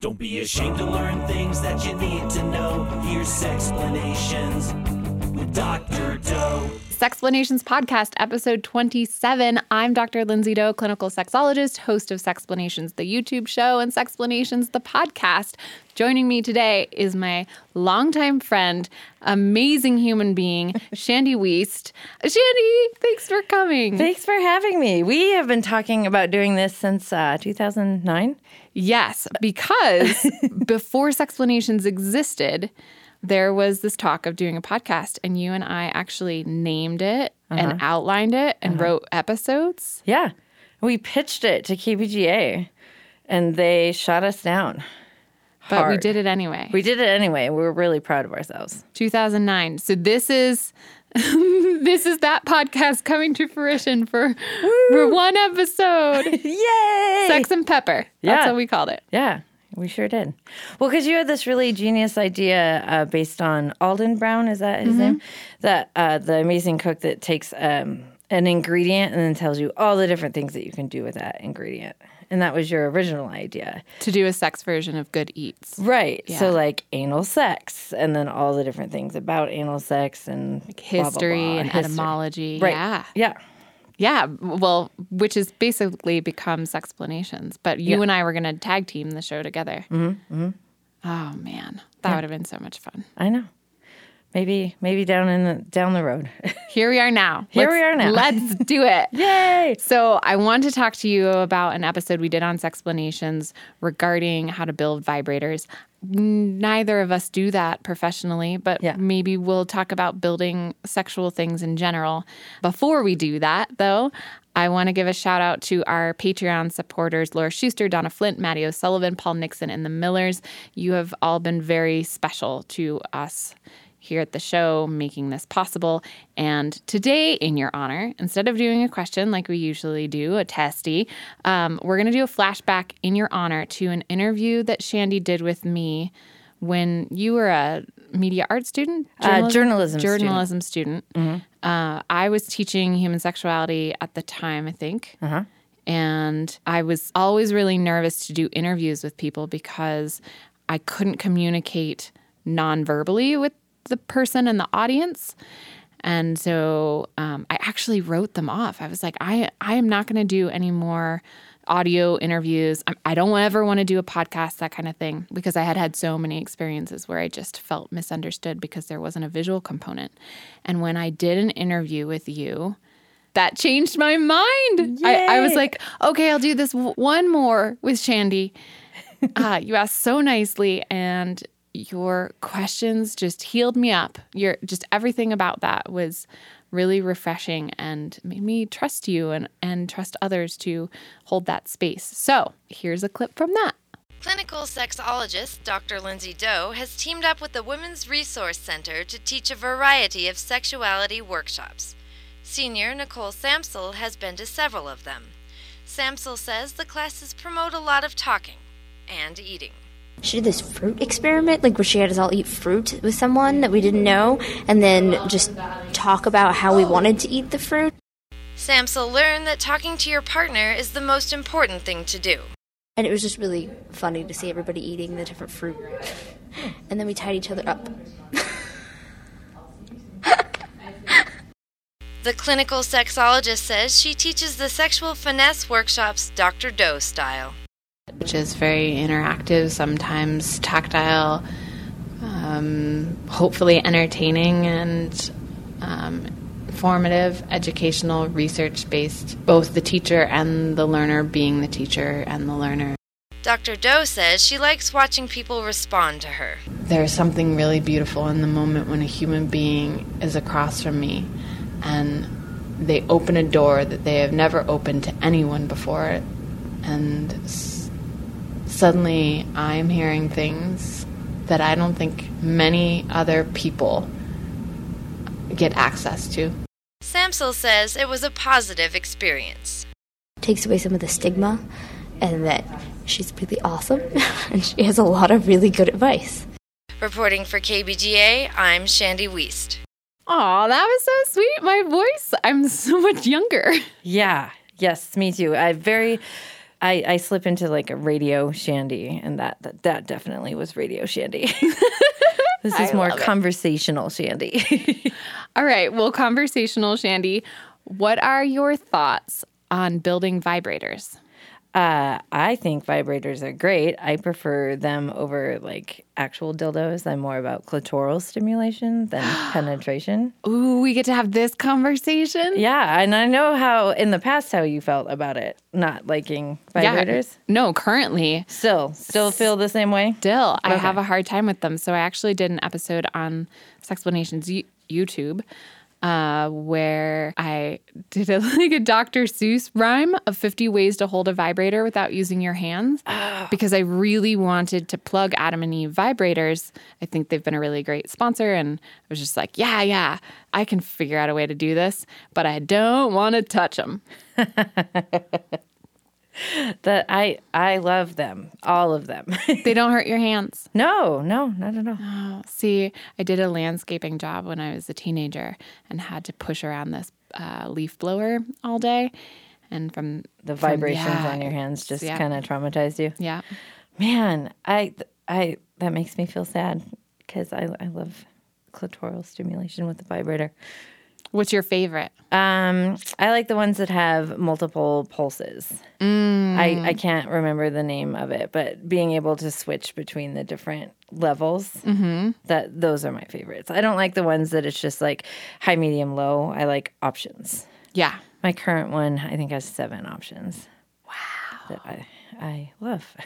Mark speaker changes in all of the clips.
Speaker 1: Don't be ashamed to learn things that you need to know. Here's explanations with Dr. Doe.
Speaker 2: Sexplanations Podcast, episode 27. I'm Dr. Lindsay Doe, clinical sexologist, host of Sexplanations, the YouTube show, and Sexplanations, the podcast. Joining me today is my longtime friend, amazing human being, Shandy Weist. Shandy, thanks for coming.
Speaker 3: Thanks for having me. We have been talking about doing this since uh, 2009.
Speaker 2: Yes, because before Sexplanations existed, there was this talk of doing a podcast, and you and I actually named it and outlined it and wrote episodes.
Speaker 3: Yeah. We pitched it to KPGA and they shot us down.
Speaker 2: But we
Speaker 3: Hard.
Speaker 2: did it anyway.
Speaker 3: We did it anyway. We were really proud of ourselves.
Speaker 2: 2009. So this is this is that podcast coming to fruition for for one episode.
Speaker 3: Yay!
Speaker 2: Sex and Pepper. That's
Speaker 3: Yeah.
Speaker 2: what we called it.
Speaker 3: Yeah, we sure did. Well, because you had this really genius idea uh, based on Alden Brown, is that his name? That uh, the amazing cook that takes um, an ingredient and then tells you all the different things that you can do with that ingredient. And that was your original idea.
Speaker 2: To do a sex version of Good Eats.
Speaker 3: Right.
Speaker 2: Yeah.
Speaker 3: So like anal sex and then all the different things about anal sex and blah, blah,
Speaker 2: History
Speaker 3: blah,
Speaker 2: and
Speaker 3: history.
Speaker 2: etymology.
Speaker 3: Right.
Speaker 2: Yeah.
Speaker 3: Yeah.
Speaker 2: Yeah. Well, which is basically become Sexplanations. But you
Speaker 3: Yeah.
Speaker 2: and I were going to tag team the show together. Mm-hmm. Oh, man. That would have been so much fun.
Speaker 3: I know. Maybe maybe down in the down the road.
Speaker 2: Here we are now.
Speaker 3: Here we are now.
Speaker 2: Let's do it.
Speaker 3: Yay.
Speaker 2: So, I want to talk to you about an episode we did on Sexplanations regarding how to build vibrators. Neither of us do that professionally, but
Speaker 3: Yeah.
Speaker 2: maybe we'll talk about building sexual things in general. Before we do that, though, I want to give a shout out to our Patreon supporters Laura Schuster, Donna Flint, Maddie O'Sullivan, Paul Nixon, and the Millers. You have all been very special to us here at the show making this possible. And today, in your honor, instead of doing a question like we usually do, a testy, um, we're going to do a flashback in your honor to an interview that Shandy did with me when you were a media arts student,
Speaker 3: Uh, journalism student. Mm-hmm.
Speaker 2: journalism student. Uh, I was teaching human sexuality at the time, I think.
Speaker 3: Uh-huh.
Speaker 2: And I was always really nervous to do interviews with people because I couldn't communicate non-verbally with the person and the audience. And so um, I actually wrote them off. I was like, I, I am not going to do any more audio interviews. I, I don't ever want to do a podcast, that kind of thing, because I had had so many experiences where I just felt misunderstood because there wasn't a visual component. And when I did an interview with you, that changed my mind. I, I was
Speaker 3: Yay.
Speaker 2: like, okay, I'll do this w- one more with Shandy. uh, you asked so nicely, and your questions just healed me up. Your just everything about that was really refreshing and made me trust you and and trust others to hold that space. So here's a clip from that.
Speaker 4: Clinical sexologist Dr. Lindsay Doe has teamed up with the Women's Resource Center to teach a variety of sexuality workshops. Senior Nicole Samsel has been to several of them. Samsel says the classes promote a lot of talking and eating.
Speaker 5: she did this fruit experiment, like where she had us all eat fruit with someone that we didn't know, and then just talk about how we wanted to eat the fruit.
Speaker 4: Samsel learned that talking to your partner is the most important thing to do.
Speaker 5: And it was just really funny to see everybody eating the different fruit. and then we tied each other up.
Speaker 4: The clinical sexologist says she teaches the sexual finesse workshops Dr. Doe style.
Speaker 2: which is very interactive, sometimes tactile, um, hopefully entertaining and um, informative, educational, research based, both the teacher and the learner being the teacher and the learner.
Speaker 4: Dr. Doe says she likes watching people respond to her.
Speaker 2: There's something really beautiful in the moment when a human being is across from me and they open a door that they have never opened to anyone before. And s- suddenly I'm hearing things that I don't think many other people get access to.
Speaker 4: Samsel says it was a positive experience.
Speaker 5: Takes away some of the stigma, and that she's really awesome, and she has a lot of really good advice.
Speaker 4: Reporting for KBGA, I'm Shandy Weist.
Speaker 2: Aw, that was so sweet. My voice, I'm so much younger.
Speaker 3: Yeah. Yes, me too. I very I, I slip into like a radio shandy, and that that, that definitely was radio shandy. this is more conversational shandy.
Speaker 2: All right. Well, conversational, Shandy. What are your thoughts on building vibrators?
Speaker 3: Uh, I think vibrators are great. I prefer them over like actual dildos. I'm more about clitoral stimulation than penetration.
Speaker 2: Ooh, we get to have this conversation.
Speaker 3: Yeah, and I know how in the past how you felt about it, not liking vibrators.
Speaker 2: No, currently.
Speaker 3: Still, still feel the same way.
Speaker 2: Still, I have a hard time with them. So I actually did an episode on Sexplanations y- YouTube uh, where I did a, like a Dr. Seuss rhyme of 50 ways to hold a vibrator without using your hands because I really wanted to plug Adam and Eve vibrators. I think they've been a really great sponsor. And I was just like, yeah, yeah, I can figure out a way to do this, but I don't want to touch them.
Speaker 3: That I I love them, all of them.
Speaker 2: They don't hurt your hands.
Speaker 3: no, no, not at all.
Speaker 2: See, I did a landscaping job when I was a teenager and had to push around this uh, leaf blower all day. And from
Speaker 3: The vibrations
Speaker 2: yeah,
Speaker 3: on your hands just
Speaker 2: yeah.
Speaker 3: kind of traumatized you.
Speaker 2: yeah,
Speaker 3: Man, I I that makes me feel sad because I I love clitoral stimulation with the vibrator.
Speaker 2: what's your favorite?
Speaker 3: Um, I like the ones that have multiple pulses. I, I can't remember the name of it, but being able to switch between the different levels, that those are my favorites. I don't like the ones that it's just like high, medium, low. I like options.
Speaker 2: Yeah,
Speaker 3: My current one, I think, has seven options. Wow, that I I love.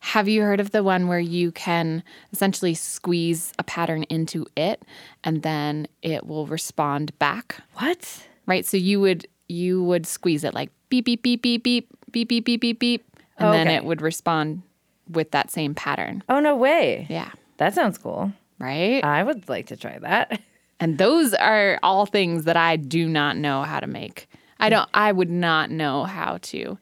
Speaker 2: have you heard of the one where you can essentially squeeze a pattern into it and then it will respond back?
Speaker 3: What?
Speaker 2: Right, so you would you would squeeze it like beep beep beep beep beep beep beep beep beep beep, and then
Speaker 3: Okay.
Speaker 2: it would respond with that same pattern.
Speaker 3: Oh no way!
Speaker 2: Yeah,
Speaker 3: That sounds cool.
Speaker 2: right.
Speaker 3: I would like to try that.
Speaker 2: And those are all things that I do not know how to make. I don't I would not know how to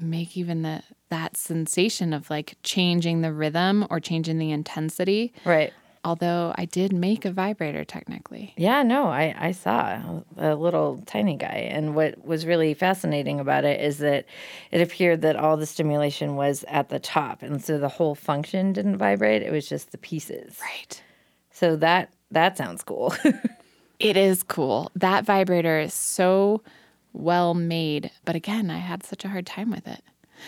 Speaker 2: make even the that sensation of like changing the rhythm or changing the intensity.
Speaker 3: Right.
Speaker 2: Although I did make a vibrator technically.
Speaker 3: Yeah, no, I, I saw a little tiny guy. And what was really fascinating about it is that it appeared that all the stimulation was at the top. And so the whole function didn't vibrate, it was just the pieces.
Speaker 2: Right.
Speaker 3: So that that sounds cool.
Speaker 2: It is cool. That vibrator is so well made, but again, I had such a hard time with it.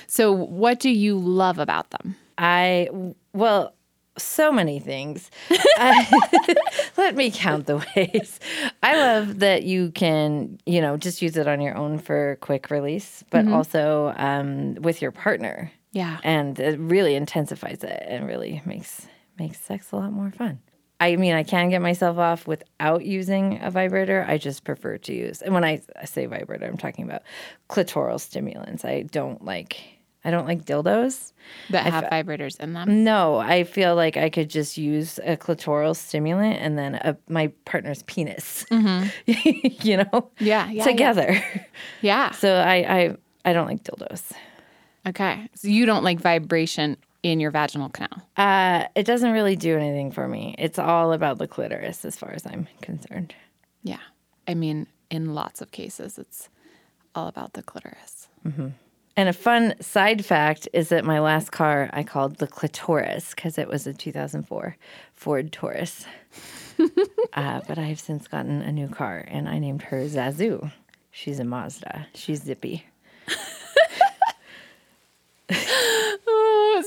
Speaker 2: So what do you love about them?
Speaker 3: I, well, so many things. I, let me count the ways. I love that you can, you know, just use it on your own for quick release, but also um, with your partner.
Speaker 2: Yeah.
Speaker 3: and it really intensifies it and really makes makes sex a lot more fun. I mean, I can get myself off without using a vibrator. I just prefer to use. And when I, I say vibrator, I'm talking about clitoral stimulants. I don't like I don't like dildos.
Speaker 2: That have vibrators in them.
Speaker 3: No, I feel like I could just use a clitoral stimulant and then a, my partner's penis. you know?
Speaker 2: Mm-hmm. Yeah, yeah, yeah.
Speaker 3: Together.
Speaker 2: Yeah.
Speaker 3: So I, I I don't like dildos.
Speaker 2: Okay. So you don't like vibration in your vaginal canal.
Speaker 3: Uh, it doesn't really do anything for me. It's all about the clitoris, as far as I'm concerned.
Speaker 2: Yeah. I mean, in lots of cases, it's all about the clitoris.
Speaker 3: And a fun side fact is that my last car I called the Clitoris because it was a 2004 Ford Taurus. uh, but I have since gotten a new car, and I named her Zazu. She's a Mazda. She's zippy.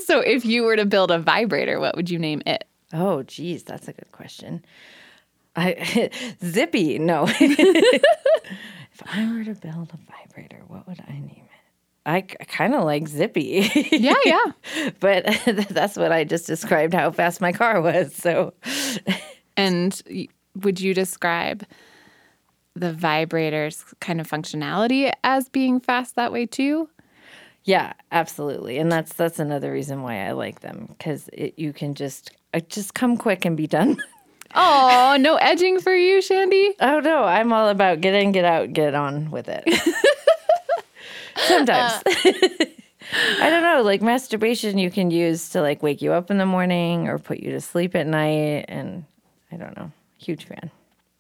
Speaker 2: So if you were to build a vibrator, what would you name it?
Speaker 3: Oh, geez, that's a good question. I zippy. No. if I were to build a vibrator, what would I name it? I, kind of like zippy.
Speaker 2: Yeah, yeah.
Speaker 3: but that's what I just described how fast my car was. So
Speaker 2: and y- would you describe the vibrator's kind of functionality as being fast that way too?
Speaker 3: yeah, absolutely. And that's that's another reason why I like them because you can just uh, just come quick and be done.
Speaker 2: Oh, no edging for you, Shandy.
Speaker 3: oh no, I'm all about get in, get out, get on with it. Sometimes. Uh, I don't know, like masturbation you can use to like wake you up in the morning or put you to sleep at night and I don't know. Huge fan.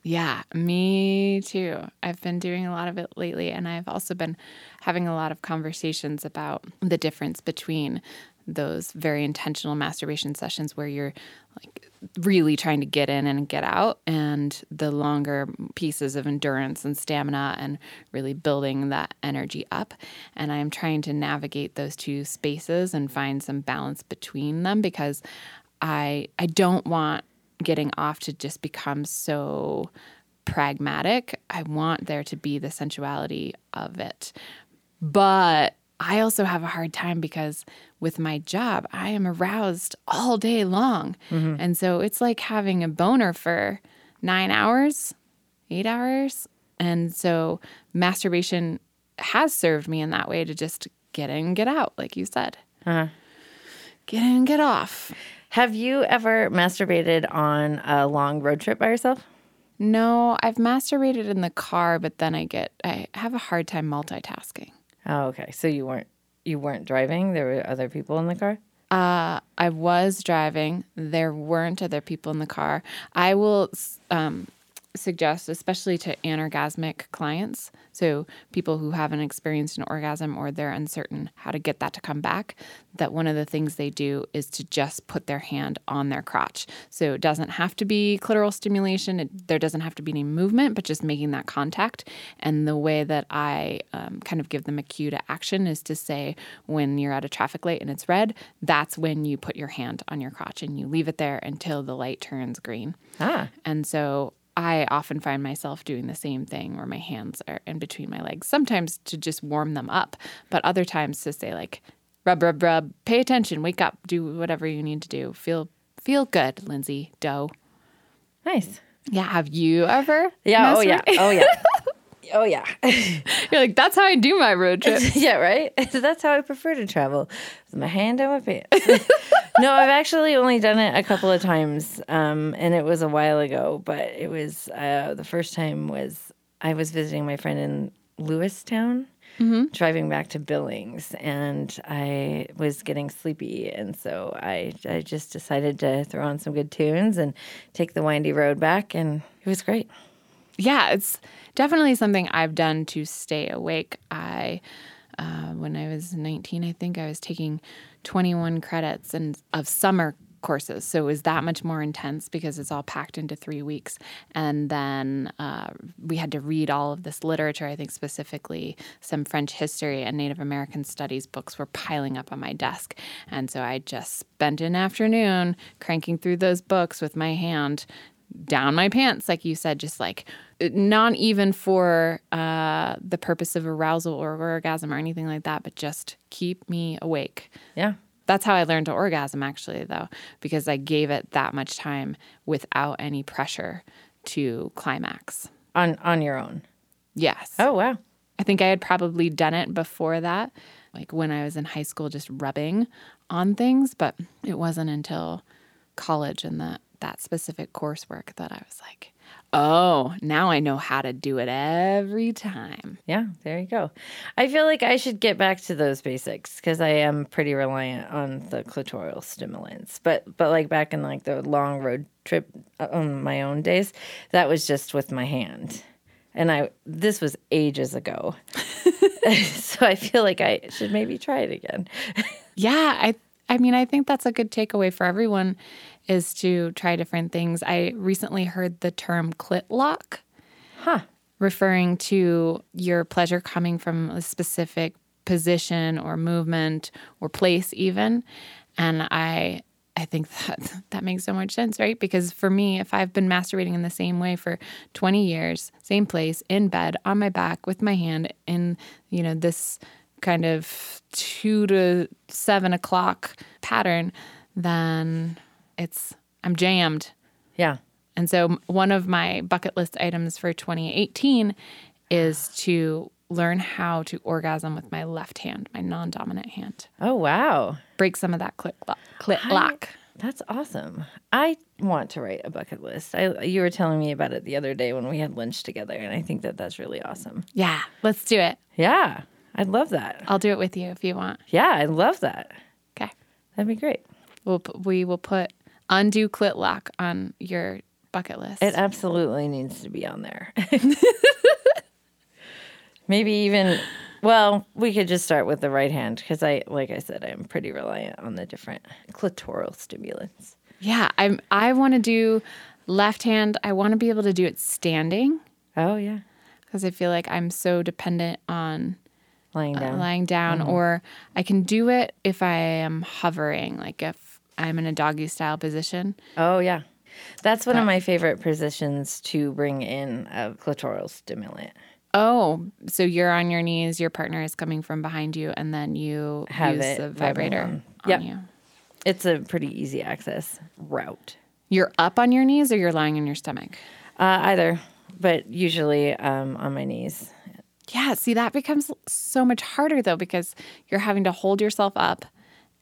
Speaker 2: Yeah, me too. I've been doing a lot of it lately, and I've also been having a lot of conversations about the difference between those very intentional masturbation sessions where you're like really trying to get in and get out, and the longer pieces of endurance and stamina and really building that energy up. And I'm trying to navigate those two spaces and find some balance between them because I I don't want getting off to just become so pragmatic. I want there to be the sensuality of it. But I also have a hard time because with my job, I am aroused all day long. And so it's like having a boner for nine hours, eight hours. And so masturbation has served me in that way to just get in, get out, like you said. Get in, get off.
Speaker 3: Have you ever masturbated on a long road trip by yourself?
Speaker 2: No, I've masturbated in the car, but then I get I have a hard time multitasking.
Speaker 3: Oh, okay. So you weren't you weren't driving. There were other people in the car.
Speaker 2: Uh, I was driving. There weren't other people in the car. I will s- um, suggest, especially to anorgasmic clients, so people who haven't experienced an orgasm or they're uncertain how to get that to come back, that one of the things they do is to just put their hand on their crotch. So it doesn't have to be clitoral stimulation, it, there doesn't have to be any movement, but just making that contact. And the way that I um, kind of give them a cue to action is to say, when you're at a traffic light and it's red, that's when you put your hand on your crotch and you leave it there until the light turns green.
Speaker 3: Ah.
Speaker 2: And so I often find myself doing the same thing where my hands are in between my legs, sometimes to just warm them up, but other times to say like rub rub rub, pay attention, wake up, do whatever you need to do. Feel feel good, Lindsay Doe.
Speaker 3: Nice.
Speaker 2: Yeah, have you ever?
Speaker 3: Yeah. Oh yeah.
Speaker 2: masturbated?
Speaker 3: Oh yeah. Oh yeah.
Speaker 2: You're like, that's how I do my road trip.
Speaker 3: yeah, right? That's how I prefer to travel. With my hand on my pants. no, I've actually only done it a couple of times. Um, and it was a while ago, but it was uh, the first time was I was visiting my friend in Lewistown. Driving back to Billings, and I was getting sleepy, and so I I just decided to throw on some good tunes and take the windy road back, and it was great.
Speaker 2: yeah, it's definitely something I've done to stay awake. I, uh, when I was 19, I think I was taking 21 credits and of summer courses, so it was that much more intense because it's all packed into three weeks, and then uh, we had to read all of this literature. I think specifically some French history and Native American studies books were piling up on my desk, and so I just spent an afternoon cranking through those books with my hand down my pants, like you said, just like not even for uh, the purpose of arousal or orgasm or anything like that, but just keep me awake.
Speaker 3: Yeah,
Speaker 2: That's how I learned to orgasm, actually, though, because I gave it that much time without any pressure to climax.
Speaker 3: on on your own.
Speaker 2: Yes.
Speaker 3: Oh wow,
Speaker 2: I think I had probably done it before that, like when I was in high school, just rubbing on things. But it wasn't until college and that that specific coursework that I was like, oh, now I know how to do it every time.
Speaker 3: Yeah, there you go. I feel like I should get back to those basics because I am pretty reliant on the clitoral stimulants. But but like back in like the long road trip uh, on my own days, that was just with my hand, and I this was ages ago. so I feel like I should maybe try it again.
Speaker 2: Yeah, I I mean, I think that's a good takeaway for everyone is to try different things. I recently heard the term clit lock. Referring to your pleasure coming from a specific position or movement or place even. And I I think that that makes so much sense, right? Because for me, if I've been masturbating in the same way for 20 years, same place, in bed, on my back, with my hand in, you know, this kind of two to seven o'clock pattern, then it's I'm jammed.
Speaker 3: Yeah.
Speaker 2: And so one of my bucket list items for 2018 is to learn how to orgasm with my left hand, my non-dominant hand.
Speaker 3: Oh wow,
Speaker 2: Break some of that click lock. Clit lock.
Speaker 3: that's awesome. I want to write a bucket list. I you were telling me about it the other day when we had lunch together, and I think that that's really awesome.
Speaker 2: Yeah, let's do it.
Speaker 3: Yeah, I'd love that.
Speaker 2: I'll do it with you if you want.
Speaker 3: Yeah, I love that.
Speaker 2: Okay.
Speaker 3: That'd be great.
Speaker 2: We'll pu- we will put undo clit lock on your bucket list.
Speaker 3: It absolutely needs to be on there. Maybe even well, we could just start with the right hand because I like I said I'm pretty reliant on the different clitoral stimulants.
Speaker 2: yeah, I'm. I want to do left hand. I want to be able to do it standing
Speaker 3: Oh yeah.
Speaker 2: because I feel like I'm so dependent on
Speaker 3: Lying down.
Speaker 2: lying down,
Speaker 3: Mm-hmm.
Speaker 2: or I can do it if I am hovering, like if I'm in a doggy style position.
Speaker 3: Oh yeah. That's one of my favorite positions to bring in a clitoral stimulant.
Speaker 2: Oh, so you're on your knees, your partner is coming from behind you, and then you
Speaker 3: Have
Speaker 2: use
Speaker 3: it
Speaker 2: the
Speaker 3: rubbing
Speaker 2: vibrator
Speaker 3: on.
Speaker 2: on
Speaker 3: Yep.
Speaker 2: you.
Speaker 3: It's a pretty easy access route.
Speaker 2: You're up on your knees or you're lying on your stomach?
Speaker 3: Uh, either, but usually um, on my knees.
Speaker 2: Yeah, see, that becomes so much harder though because you're having to hold yourself up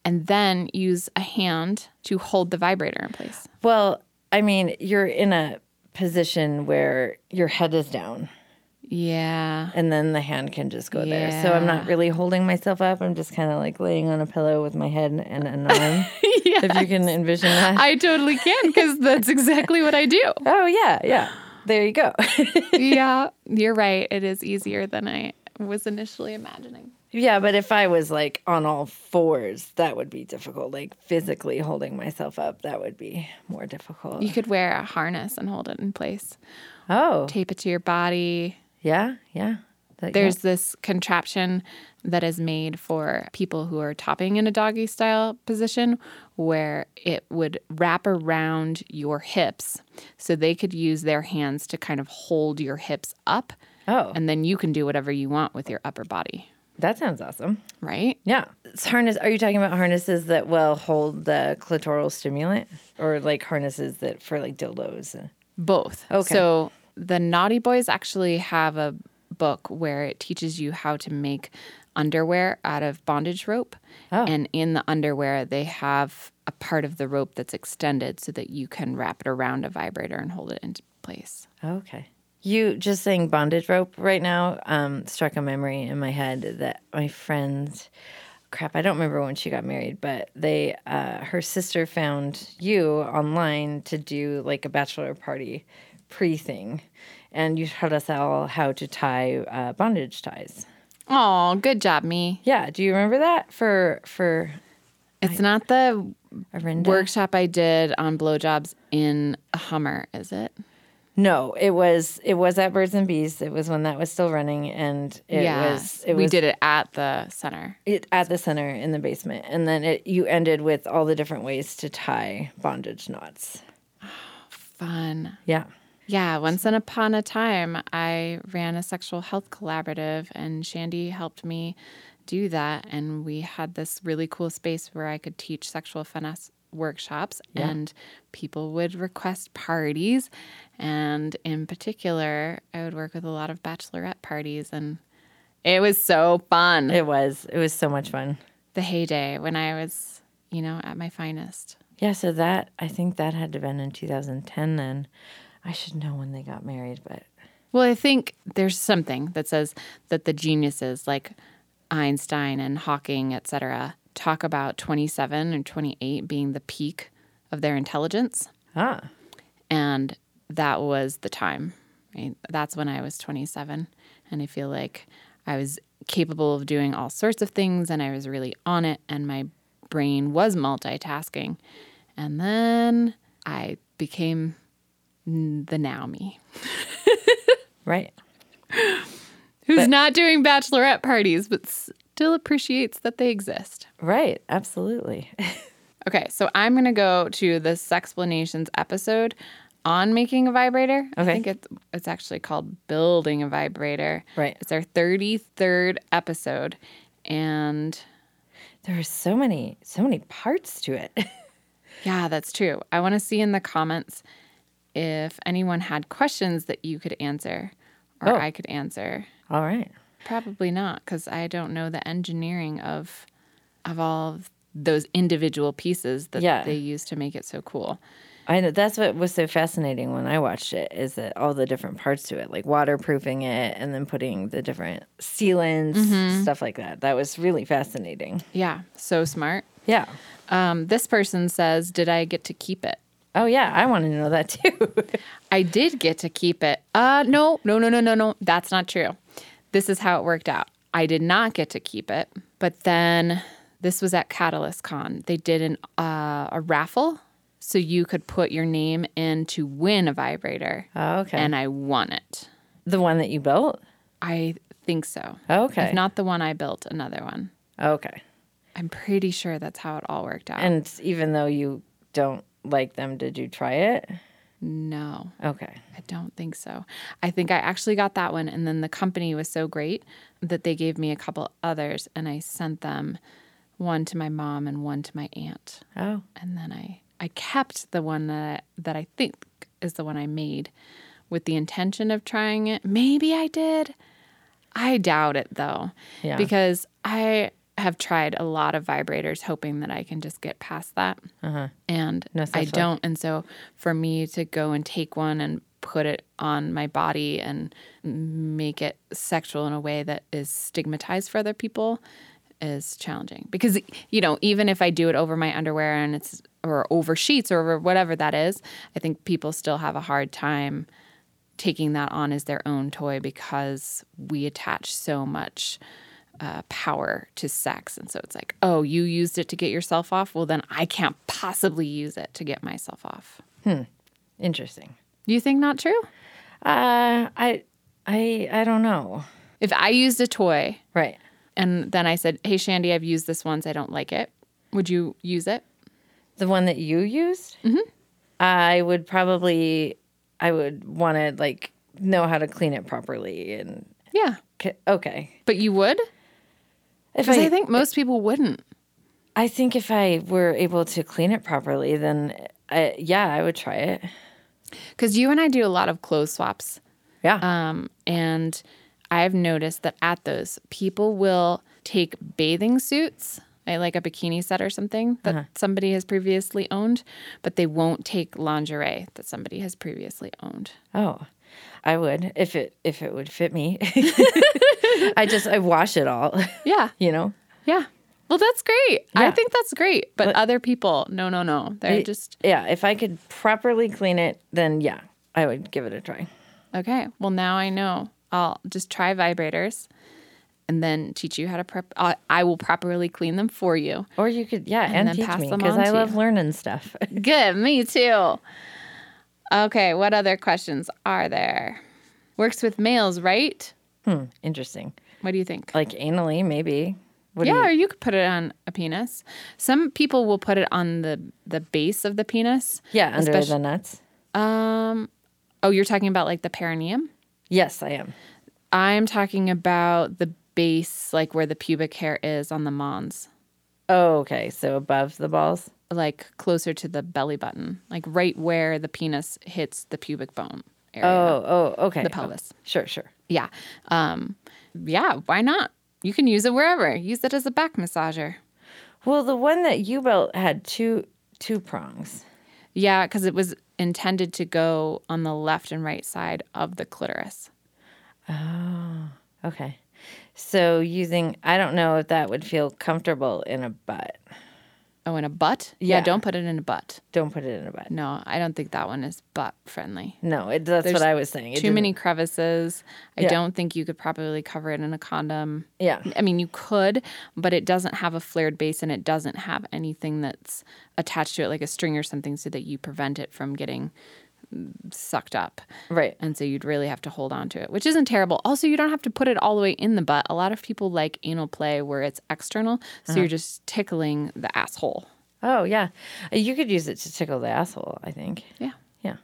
Speaker 2: and then use a hand to hold the vibrator in place.
Speaker 3: Well, I mean, you're in a position where your head is down
Speaker 2: Yeah.
Speaker 3: and then the hand can just go there. So I'm not really holding myself up. I'm just kind of like laying on a pillow with my head and an arm. If you can envision that.
Speaker 2: I totally can because that's exactly what I do.
Speaker 3: oh, yeah, yeah. There you go.
Speaker 2: Yeah, you're right. It is easier than I was initially imagining.
Speaker 3: yeah, but if I was like on all fours, that would be difficult. Like physically holding myself up, that would be more difficult.
Speaker 2: You could wear a harness and hold it in place,
Speaker 3: Oh,
Speaker 2: tape it to your body.
Speaker 3: yeah, yeah. That-
Speaker 2: There's this contraption that is made for people who are topping in a doggy style position where it would wrap around your hips so they could use their hands to kind of hold your hips up.
Speaker 3: Oh.
Speaker 2: And then you can do whatever you want with your upper body,
Speaker 3: that sounds awesome.
Speaker 2: right?
Speaker 3: Yeah. It's harness. Are you talking about harnesses that will hold the clitoral stimulant or like harnesses that for like dildos?
Speaker 2: Both.
Speaker 3: Okay.
Speaker 2: So the Naughty Boys actually have a book where it teaches you how to make underwear out of bondage rope.
Speaker 3: Oh.
Speaker 2: And in the underwear, they have a part of the rope that's extended so that you can wrap it around a vibrator and hold it into place.
Speaker 3: Okay. You just saying bondage rope right now um, struck a memory in my head that my friend, crap, I don't remember when she got married, but they, uh, her sister found you online to do like a bachelor party pre thing. And you taught us all how to tie uh, bondage ties.
Speaker 2: Oh, good job, me.
Speaker 3: Yeah. Do you remember that for, for,
Speaker 2: It's not the
Speaker 3: Arinda?
Speaker 2: workshop I did on blowjobs in a Hummer, is it?
Speaker 3: No, it was it was at Birds and Bees. It was when that was still running, and it was it
Speaker 2: we
Speaker 3: was
Speaker 2: did it at the center.
Speaker 3: it at the center in the basement, and then it you ended with all the different ways to tie bondage knots.
Speaker 2: Fun.
Speaker 3: Yeah.
Speaker 2: Yeah, once and upon a time, I ran a sexual health collaborative, and Shandy helped me do that. And we had this really cool space where I could teach sexual finesse workshops, and people would request parties. And in particular, I would work with a lot of bachelorette parties, and it was so fun.
Speaker 3: It was it was so much fun.
Speaker 2: the heyday when I was, you know, at my finest.
Speaker 3: Yeah, so that I think that had to have been in 2010 then. I should know when they got married, but
Speaker 2: Well, I think there's something that says that the geniuses like Einstein and Hawking, et cetera, talk about 27 and 28 being the peak of their intelligence.
Speaker 3: ah,
Speaker 2: And that was the time, right? That's when I was 27. And I feel like I was capable of doing all sorts of things and I was really on it and my brain was multitasking. And then I became the now me.
Speaker 3: right.
Speaker 2: who's not doing bachelorette parties but still appreciates that they exist.
Speaker 3: Right, absolutely.
Speaker 2: Okay, so I'm gonna go to the Sexplanations episode on making a vibrator.
Speaker 3: Okay.
Speaker 2: I think it's it's actually called building a vibrator.
Speaker 3: Right.
Speaker 2: It's our 33rd episode, and
Speaker 3: there are so many so many parts to it.
Speaker 2: yeah, that's true. I want to see in the comments if anyone had questions that you could answer or
Speaker 3: Oh.
Speaker 2: I could answer.
Speaker 3: All right.
Speaker 2: Probably not, because I don't know the engineering of of all of those individual pieces that
Speaker 3: Yeah.
Speaker 2: they use to make it so cool.
Speaker 3: I know that's what was so fascinating when I watched it is that all the different parts to it, like waterproofing it and then putting the different sealants, stuff like that. That was really fascinating.
Speaker 2: Yeah, so smart.
Speaker 3: Yeah.
Speaker 2: Um, this person says, "Did I get to keep it?"
Speaker 3: Oh yeah, I want to know that too.
Speaker 2: I did get to keep it. Uh, no, no, no, no, no, no. That's not true. This is how it worked out. I did not get to keep it, but then this was at Catalyst Con. They did an uh, a raffle, so you could put your name in to win a vibrator.
Speaker 3: Oh, okay.
Speaker 2: And I won it.
Speaker 3: the one that you built.
Speaker 2: I think so.
Speaker 3: Okay.
Speaker 2: If not the one I built, another one.
Speaker 3: Okay.
Speaker 2: I'm pretty sure that's how it all worked out.
Speaker 3: And even though you don't like them, did you try it?
Speaker 2: no.
Speaker 3: Okay.
Speaker 2: I don't think so. I think I actually got that one. And then the company was so great that they gave me a couple others and I sent them one to my mom and one to my aunt.
Speaker 3: Oh.
Speaker 2: And then I, I kept the one that, that I think is the one I made with the intention of trying it. Maybe I did. I doubt it though,
Speaker 3: Yeah.
Speaker 2: because I have tried a lot of vibrators hoping that I can just get past that. And
Speaker 3: Uh-huh. No
Speaker 2: I
Speaker 3: such luck.
Speaker 2: don't. And so for me to go and take one and put it on my body and make it sexual in a way that is stigmatized for other people is challenging because you know even if I do it over my underwear and it's or over sheets or over whatever that is I think people still have a hard time taking that on as their own toy because we attach so much uh, power to sex. And so it's like, oh, you used it to get yourself off. Well, then I can't possibly use it to get myself off.
Speaker 3: Interesting.
Speaker 2: You think not true?
Speaker 3: Uh, I, I, I don't know.
Speaker 2: If I used a toy
Speaker 3: Right.
Speaker 2: and then I said, hey, Shandy, I've used this once, I don't like it, would you use it?
Speaker 3: The one that you used? Mm-hmm. I would probably, I would want to like know how to clean it properly and
Speaker 2: Yeah.
Speaker 3: c- okay.
Speaker 2: But you would?
Speaker 3: If
Speaker 2: Because I think most people wouldn't.
Speaker 3: I think if I were able to clean it properly, then I, yeah, I would try it.
Speaker 2: Because you and I do a lot of clothes swaps.
Speaker 3: Yeah.
Speaker 2: Um, and I've noticed that at those, people will take bathing suits, right, like a bikini set or something that somebody has previously owned, but they won't take lingerie that somebody has previously owned.
Speaker 3: oh, I would if it if it would fit me. I just I wash it all.
Speaker 2: Yeah.
Speaker 3: You know.
Speaker 2: Yeah. Well, that's great. I
Speaker 3: Yeah.
Speaker 2: think that's great. But other people, no, no, no. They're
Speaker 3: It-
Speaker 2: just,
Speaker 3: yeah. If I could properly clean it, then yeah, I would give it a try.
Speaker 2: okay, well, now I know. I'll just try vibrators and then teach you how to prep. I, I will properly clean them for you.
Speaker 3: Or you could yeah, and,
Speaker 2: then
Speaker 3: teach
Speaker 2: pass
Speaker 3: me
Speaker 2: them
Speaker 3: because
Speaker 2: on
Speaker 3: I
Speaker 2: to
Speaker 3: love
Speaker 2: you.
Speaker 3: learning stuff.
Speaker 2: Good, me too. Okay, what other questions are there? Works with males, right?
Speaker 3: Interesting.
Speaker 2: What do you think?
Speaker 3: Like anally, maybe. What do
Speaker 2: yeah,
Speaker 3: you-
Speaker 2: or you could put it on a penis. Some people will put it on the the base of the penis.
Speaker 3: yeah, under
Speaker 2: especially-
Speaker 3: the nuts.
Speaker 2: Oh, you're talking about like the perineum?
Speaker 3: Yes, I am.
Speaker 2: I'm talking about the base, like where the pubic hair is on the mons,
Speaker 3: Oh, okay. So above the balls.
Speaker 2: like closer to the belly button, like right where the penis hits the pubic bone area.
Speaker 3: Oh, oh, okay.
Speaker 2: The pelvis.
Speaker 3: Sure, sure.
Speaker 2: Yeah. Um, yeah, why not? You can use it wherever. Use it as a back massager.
Speaker 3: Well, the one that you built had two two prongs.
Speaker 2: Yeah, because it was intended to go on the left and right side of the clitoris.
Speaker 3: Okay. So using I don't know if that would feel comfortable in a butt.
Speaker 2: Oh, in a butt? Yeah,
Speaker 3: Yeah.
Speaker 2: don't put it in a butt.
Speaker 3: Don't put it in a butt.
Speaker 2: No, I don't think that one is butt friendly.
Speaker 3: No, it, that's what I was saying. It
Speaker 2: Too many crevices. I
Speaker 3: Yeah.
Speaker 2: don't think you could probably cover it in a condom.
Speaker 3: didn't- Yeah.
Speaker 2: I mean, you could, but it doesn't have a flared base and it doesn't have anything that's attached to it, like a string or something, so that you prevent it from getting sucked up.
Speaker 3: Right.
Speaker 2: And so you'd really have to hold on to it, which isn't terrible. Also, you don't have to put it all the way in the butt. A lot of people like anal play where it's external, so
Speaker 3: Uh-huh.
Speaker 2: you're just tickling the asshole.
Speaker 3: Oh yeah. You could use it to tickle the asshole, I think.
Speaker 2: Yeah.
Speaker 3: Yeah.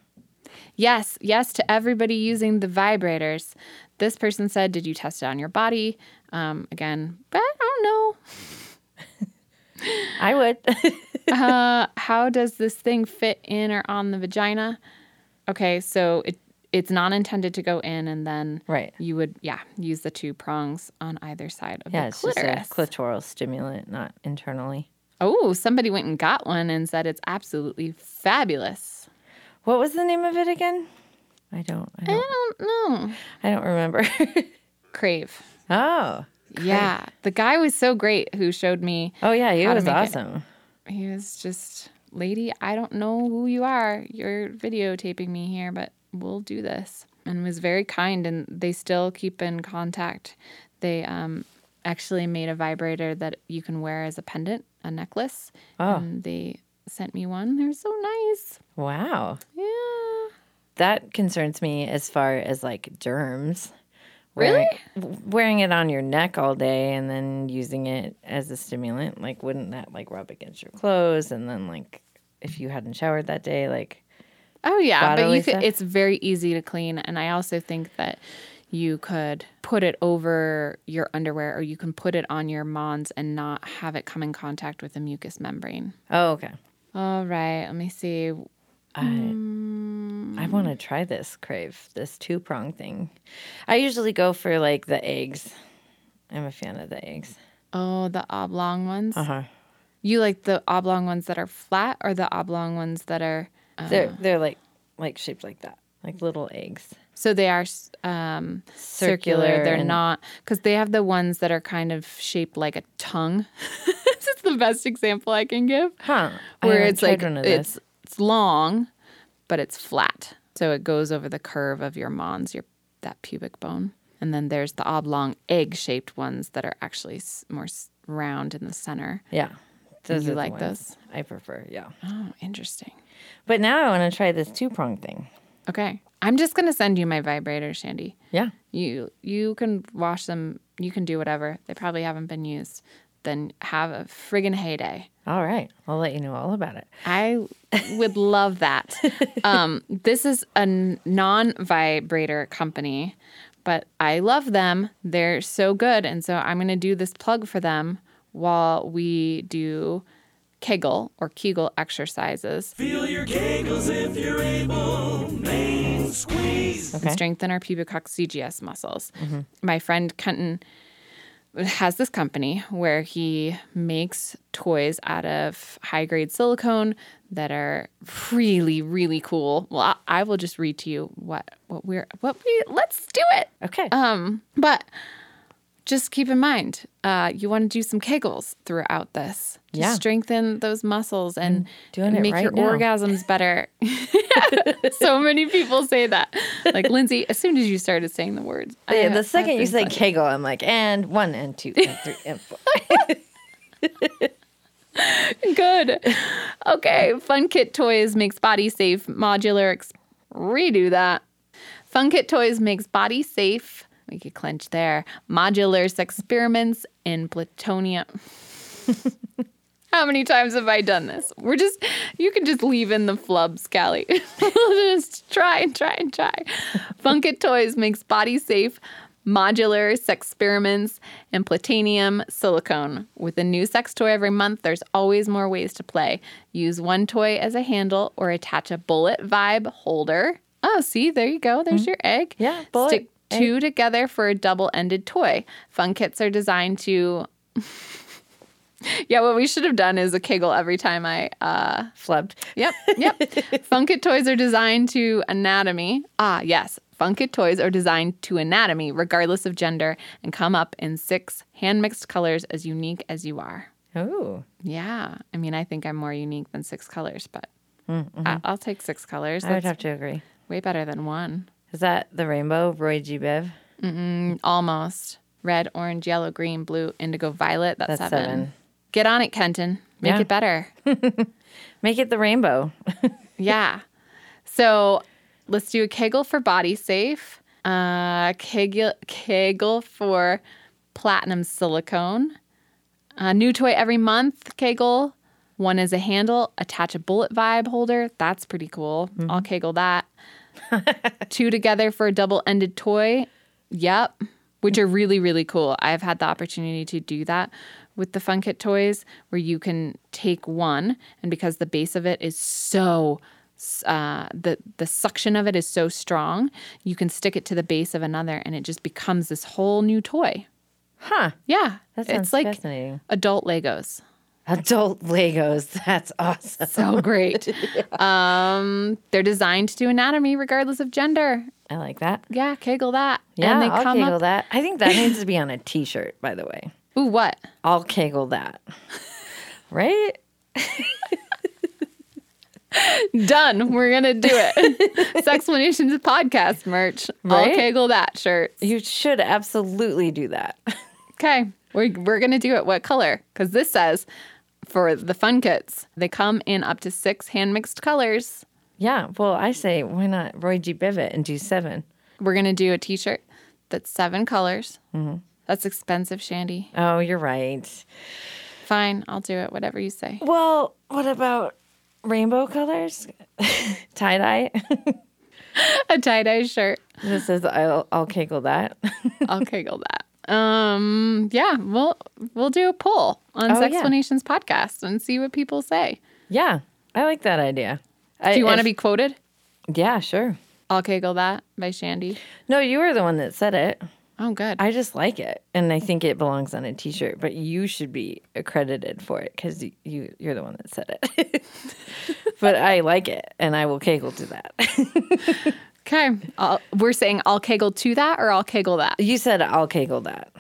Speaker 2: Yes, yes to everybody using the vibrators. This person said, Did you test it on your body? Um, again, but I don't know.
Speaker 3: I would.
Speaker 2: uh, how does this thing fit in or on the vagina? Okay, so it it's not intended to go in, and then
Speaker 3: Right.
Speaker 2: you would yeah use the two prongs on either side of
Speaker 3: yeah,
Speaker 2: the
Speaker 3: it's
Speaker 2: clitoris.
Speaker 3: just a clitoral stimulant, not internally.
Speaker 2: oh, somebody went and got one and said it's absolutely fabulous.
Speaker 3: What was the name of it again? I don't I don't,
Speaker 2: I don't know.
Speaker 3: I don't remember.
Speaker 2: Crave.
Speaker 3: oh.
Speaker 2: Yeah, the guy was so great who showed me.
Speaker 3: Oh yeah, he
Speaker 2: How to
Speaker 3: was
Speaker 2: make it.
Speaker 3: awesome.
Speaker 2: He was just lady, I don't know who you are. You're videotaping me here, but we'll do this. And was very kind, and they still keep in contact. They um, actually made a vibrator that you can wear as a pendant, a necklace. Oh. And they sent me one. They're so nice.
Speaker 3: Wow.
Speaker 2: Yeah.
Speaker 3: That concerns me as far as like germs. Wearing- w- Wearing it on your neck all day and then using it as a stimulant, like wouldn't that like rub against your clothes? And then like if you hadn't showered that day, like
Speaker 2: Oh yeah, but
Speaker 3: bodily
Speaker 2: you could,
Speaker 3: stuff?
Speaker 2: it's very easy to clean, and I also think that you could put it over your underwear, or you can put it on your mons and not have it come in contact with the mucous membrane.
Speaker 3: oh okay,
Speaker 2: All right, let me see.
Speaker 3: I I want to try this crave this two prong thing. I usually go for like the eggs. I'm a fan of the eggs.
Speaker 2: Oh, the oblong ones.
Speaker 3: huh.
Speaker 2: You like the oblong ones that are flat, or the oblong ones that are uh,
Speaker 3: They're they're like like shaped like that, like little eggs.
Speaker 2: so they are s- um, circular.
Speaker 3: Circular
Speaker 2: They're
Speaker 3: and-
Speaker 2: not because they have the ones that are kind of shaped like a tongue. this is the best example I can give.
Speaker 3: Huh. I
Speaker 2: where
Speaker 3: haven't
Speaker 2: it's
Speaker 3: tried
Speaker 2: like
Speaker 3: one of those.
Speaker 2: it's it's long, but it's flat, so it goes over the curve of your mons, your that pubic bone, and then there's the oblong egg-shaped ones that are actually s- more s- round in the center.
Speaker 3: Yeah. Those
Speaker 2: you
Speaker 3: are the
Speaker 2: like
Speaker 3: ones
Speaker 2: those?
Speaker 3: I prefer, yeah.
Speaker 2: Oh, interesting.
Speaker 3: But now I want to try this two prong thing.
Speaker 2: Okay, I'm just gonna send you my vibrator, Shandy.
Speaker 3: Yeah.
Speaker 2: You you can wash them. You can do whatever. They probably haven't been used. Then have a friggin' heyday.
Speaker 3: All right. I'll let you know all about it.
Speaker 2: I would love that. Um, this is a non vibrator company, but I love them. They're so good. And so I'm going to do this plug for them while we do Kegel or Kegel exercises
Speaker 1: Feel your kegels if you're able. Main squeeze.
Speaker 2: and strengthen our pubic CGS muscles. My friend Kenton has this company where he makes toys out of high grade silicone that are really really cool. Well, I, I will just read to you what what we're what we let's do it.
Speaker 3: Okay.
Speaker 2: Um, but just keep in mind, uh, you want to do some kegels throughout this. Just
Speaker 3: Yeah.
Speaker 2: strengthen those muscles and
Speaker 3: doing it
Speaker 2: make
Speaker 3: right
Speaker 2: your
Speaker 3: now.
Speaker 2: orgasms better. so many people say that. Like Lindsay, as soon as you started saying the words, I
Speaker 3: yeah,
Speaker 2: have-
Speaker 3: the
Speaker 2: I've
Speaker 3: second you
Speaker 2: been
Speaker 3: say
Speaker 2: fun-
Speaker 3: Kegel, I'm like, and one and two and three and four.
Speaker 2: good. Okay, Fun Kit Toys makes body safe modular. Ex- redo that. Fun Kit Toys makes body safe. We could clench there. Modular sex experiments in plutonium. How many times have I done this? We're just, you can just leave in the flubs, Callie. we'll just try and try and try. Funk It Toys makes body safe, modular sex experiments, and platinum silicone. With a new sex toy every month, there's always more ways to play. Use one toy as a handle or attach a bullet vibe holder. Oh, see, there you go. There's your egg.
Speaker 3: Mm-hmm. Yeah, bullet
Speaker 2: Stick two together for a double ended toy. Fun kits are designed to yeah, what we should have done is a kegel every time I. Uh,
Speaker 3: Flubbed.
Speaker 2: yep, yep. Funkit toys are designed to anatomy. Ah, yes. Funkit toys are designed to anatomy, regardless of gender, and come up in six hand mixed colors as unique as you are.
Speaker 3: Oh,
Speaker 2: Yeah. I mean, I think I'm more unique than six colors, but I- I'll take six colors.
Speaker 3: Mm-hmm. I would
Speaker 2: That's
Speaker 3: have to agree.
Speaker 2: way better than one.
Speaker 3: Is that the rainbow, Roy G. Biv?
Speaker 2: Almost. Red, orange, yellow, green, blue, indigo, violet. That's,
Speaker 3: That's
Speaker 2: seven.
Speaker 3: seven.
Speaker 2: Get on it, Kenton. Make
Speaker 3: Yeah.
Speaker 2: it better.
Speaker 3: Make it the rainbow.
Speaker 2: Yeah. So let's do a Kegel for body safe, uh, Kegel, Kegel for platinum silicone, a new toy every month, Kegel. One is a handle, attach a bullet vibe holder. That's pretty cool. I'll Kegel that. Two together for a double ended toy. Yep. Which are really, really cool. I've had the opportunity to do that with the Fun Kit toys where you can take one, and because the base of it is so, uh, the, the suction of it is so strong, you can stick it to the base of another and it just becomes this whole new toy.
Speaker 3: Huh.
Speaker 2: Yeah.
Speaker 3: That sounds
Speaker 2: it's like
Speaker 3: fascinating.
Speaker 2: adult Legos.
Speaker 3: Adult Legos. That's awesome.
Speaker 2: So Oh, great. um, they're designed to do anatomy regardless of gender.
Speaker 3: I like that.
Speaker 2: Yeah, kegel that.
Speaker 3: Yeah,
Speaker 2: and they
Speaker 3: I'll
Speaker 2: come
Speaker 3: kegel
Speaker 2: up.
Speaker 3: that. I think that needs to be on a T-shirt, by the way.
Speaker 2: Ooh, what?
Speaker 3: I'll kegel that. right?
Speaker 2: Done. We're gonna do it. Sexplanations podcast merch.
Speaker 3: Right?
Speaker 2: I'll kegel that shirt.
Speaker 3: You should absolutely do that.
Speaker 2: Okay, we're we're gonna do it. What color? Because this says for the fun kits, they come in up to six hand mixed colors.
Speaker 3: Yeah, well, I say why not Roy G. Bivet and do seven?
Speaker 2: We're gonna do a T-shirt that's seven colors.
Speaker 3: Mm-hmm.
Speaker 2: That's expensive, Shandy.
Speaker 3: Oh, you're right.
Speaker 2: Fine, I'll do it. Whatever you say.
Speaker 3: Well, what about rainbow colors? Tie dye.
Speaker 2: A tie dye shirt.
Speaker 3: this is I'll, I'll kegel that.
Speaker 2: I'll kegel that. Um, yeah, we'll we'll do a poll on
Speaker 3: Oh, yeah.
Speaker 2: Sexplanations podcast and see what people say.
Speaker 3: yeah, I like that idea.
Speaker 2: Do you want to be quoted?
Speaker 3: Yeah, sure.
Speaker 2: I'll kegel that by Shandy.
Speaker 3: No, you were the one that said it.
Speaker 2: Oh, good.
Speaker 3: I just like it, and I think it belongs on a T-shirt. But you should be accredited for it because you you're the one that said it. but I like it, and I will kegel to that.
Speaker 2: okay, I'll, we're saying I'll kegel to that or I'll kegel that.
Speaker 3: you said I'll kegel that.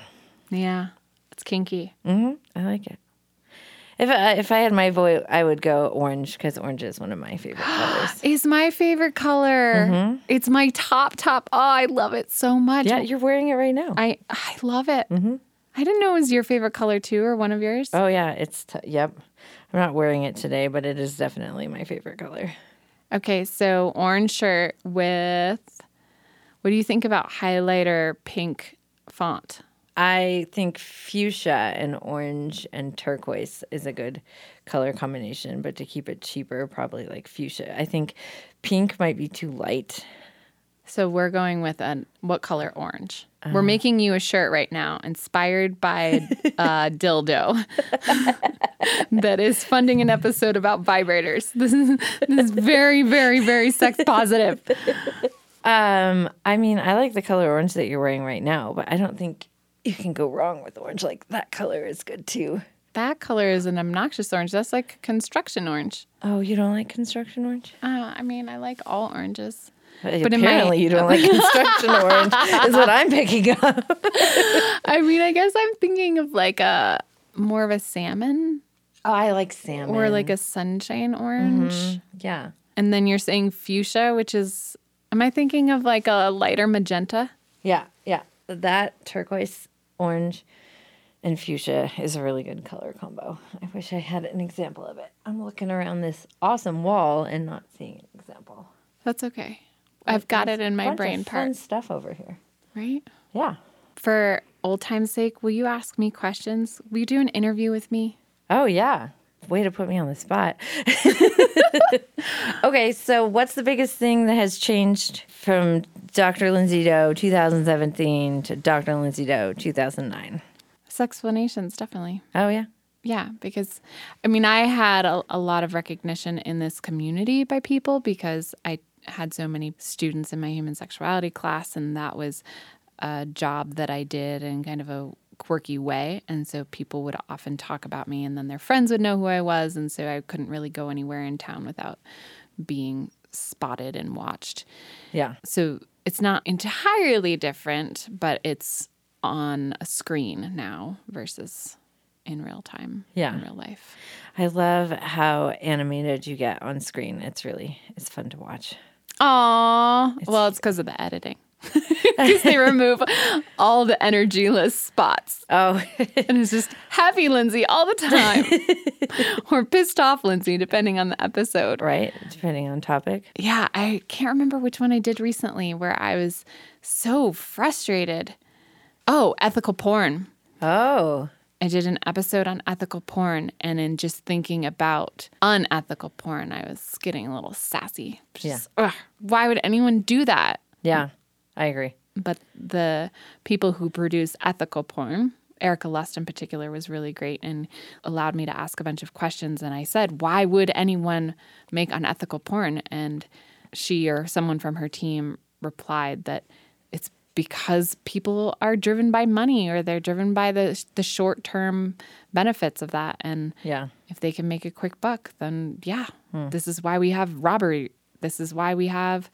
Speaker 2: Yeah, it's kinky.
Speaker 3: I like it. If I, if I had my vote, I would go orange because orange is one of my favorite colors.
Speaker 2: It's my favorite color. It's my top top. Oh, I love it so much.
Speaker 3: yeah, you're wearing it right now.
Speaker 2: I I love it. I didn't know it was your favorite color too, or one of yours.
Speaker 3: oh yeah, it's t- yep. I'm not wearing it today, but it is definitely my favorite color.
Speaker 2: Okay, so orange shirt with. What do you think about highlighter pink font?
Speaker 3: I think fuchsia and orange and turquoise is a good color combination, but to keep it cheaper, probably like fuchsia. I think pink might be too light.
Speaker 2: So we're going with an what color orange? We're making you a shirt right now, inspired by uh, dildo that is funding an episode about vibrators. This is this is very, very, very sex positive.
Speaker 3: Um, I mean, I like the color orange that you're wearing right now, but I don't think you can go wrong with orange. Like that color is good too.
Speaker 2: That color is an obnoxious orange. That's like construction orange.
Speaker 3: Oh, you don't like construction orange?
Speaker 2: Uh, I mean, I like all oranges.
Speaker 3: But
Speaker 2: in my-
Speaker 3: apparently you don't like construction orange is what I'm picking up.
Speaker 2: I mean, I guess I'm thinking of like a more of a salmon
Speaker 3: Oh, I like salmon.
Speaker 2: or like a sunshine orange.
Speaker 3: yeah.
Speaker 2: And then you're saying fuchsia, which is, am I thinking of like a lighter magenta?
Speaker 3: Yeah, yeah. That turquoise, orange, and fuchsia is a really good color combo. I wish I had an example of it. I'm looking around this awesome wall and not seeing an example.
Speaker 2: That's okay. I've got it in my
Speaker 3: Bunch of
Speaker 2: brain
Speaker 3: fun
Speaker 2: part,
Speaker 3: stuff over here.
Speaker 2: right?
Speaker 3: Yeah.
Speaker 2: For old time's sake, will you ask me questions? Will you do an interview with me?
Speaker 3: Oh yeah. Way to put me on the spot. okay, so what's the biggest thing that has changed from Dr. Lindsay Doe 2017 to Dr. Lindsay Doe 2009?
Speaker 2: Sexplanations, definitely.
Speaker 3: Oh yeah.
Speaker 2: Yeah, because I mean, I had a, a lot of recognition in this community by people because I had so many students in my human sexuality class, and that was a job that I did in kind of a quirky way. And so people would often talk about me, and then their friends would know who I was. And so I couldn't really go anywhere in town without being spotted and watched.
Speaker 3: Yeah.
Speaker 2: So it's not entirely different, but it's on a screen now versus in real time.
Speaker 3: Yeah.
Speaker 2: In real life.
Speaker 3: I love how animated you get on screen. It's really it's fun to watch.
Speaker 2: Aw. well, it's because of the editing. Because they remove all the energyless spots.
Speaker 3: Oh,
Speaker 2: And it's just happy Lindsay all the time. or pissed off Lindsay, depending on the episode.
Speaker 3: right, depending on topic.
Speaker 2: yeah, I can't remember which one I did recently where I was so frustrated. Oh, ethical porn.
Speaker 3: Oh,
Speaker 2: I did an episode on ethical porn, and in just thinking about unethical porn, I was getting a little sassy. Just, ugh, why would anyone do that?
Speaker 3: yeah, I agree.
Speaker 2: But the people who produce ethical porn, Erica Lust in particular, was really great and allowed me to ask a bunch of questions. And I said, Why would anyone make unethical porn? And she or someone from her team replied that it's because people are driven by money or they're driven by the, the short term benefits of that. And
Speaker 3: Yeah,
Speaker 2: if they can make a quick buck, then yeah,
Speaker 3: Hmm.
Speaker 2: this is why we have robbery. This is why we have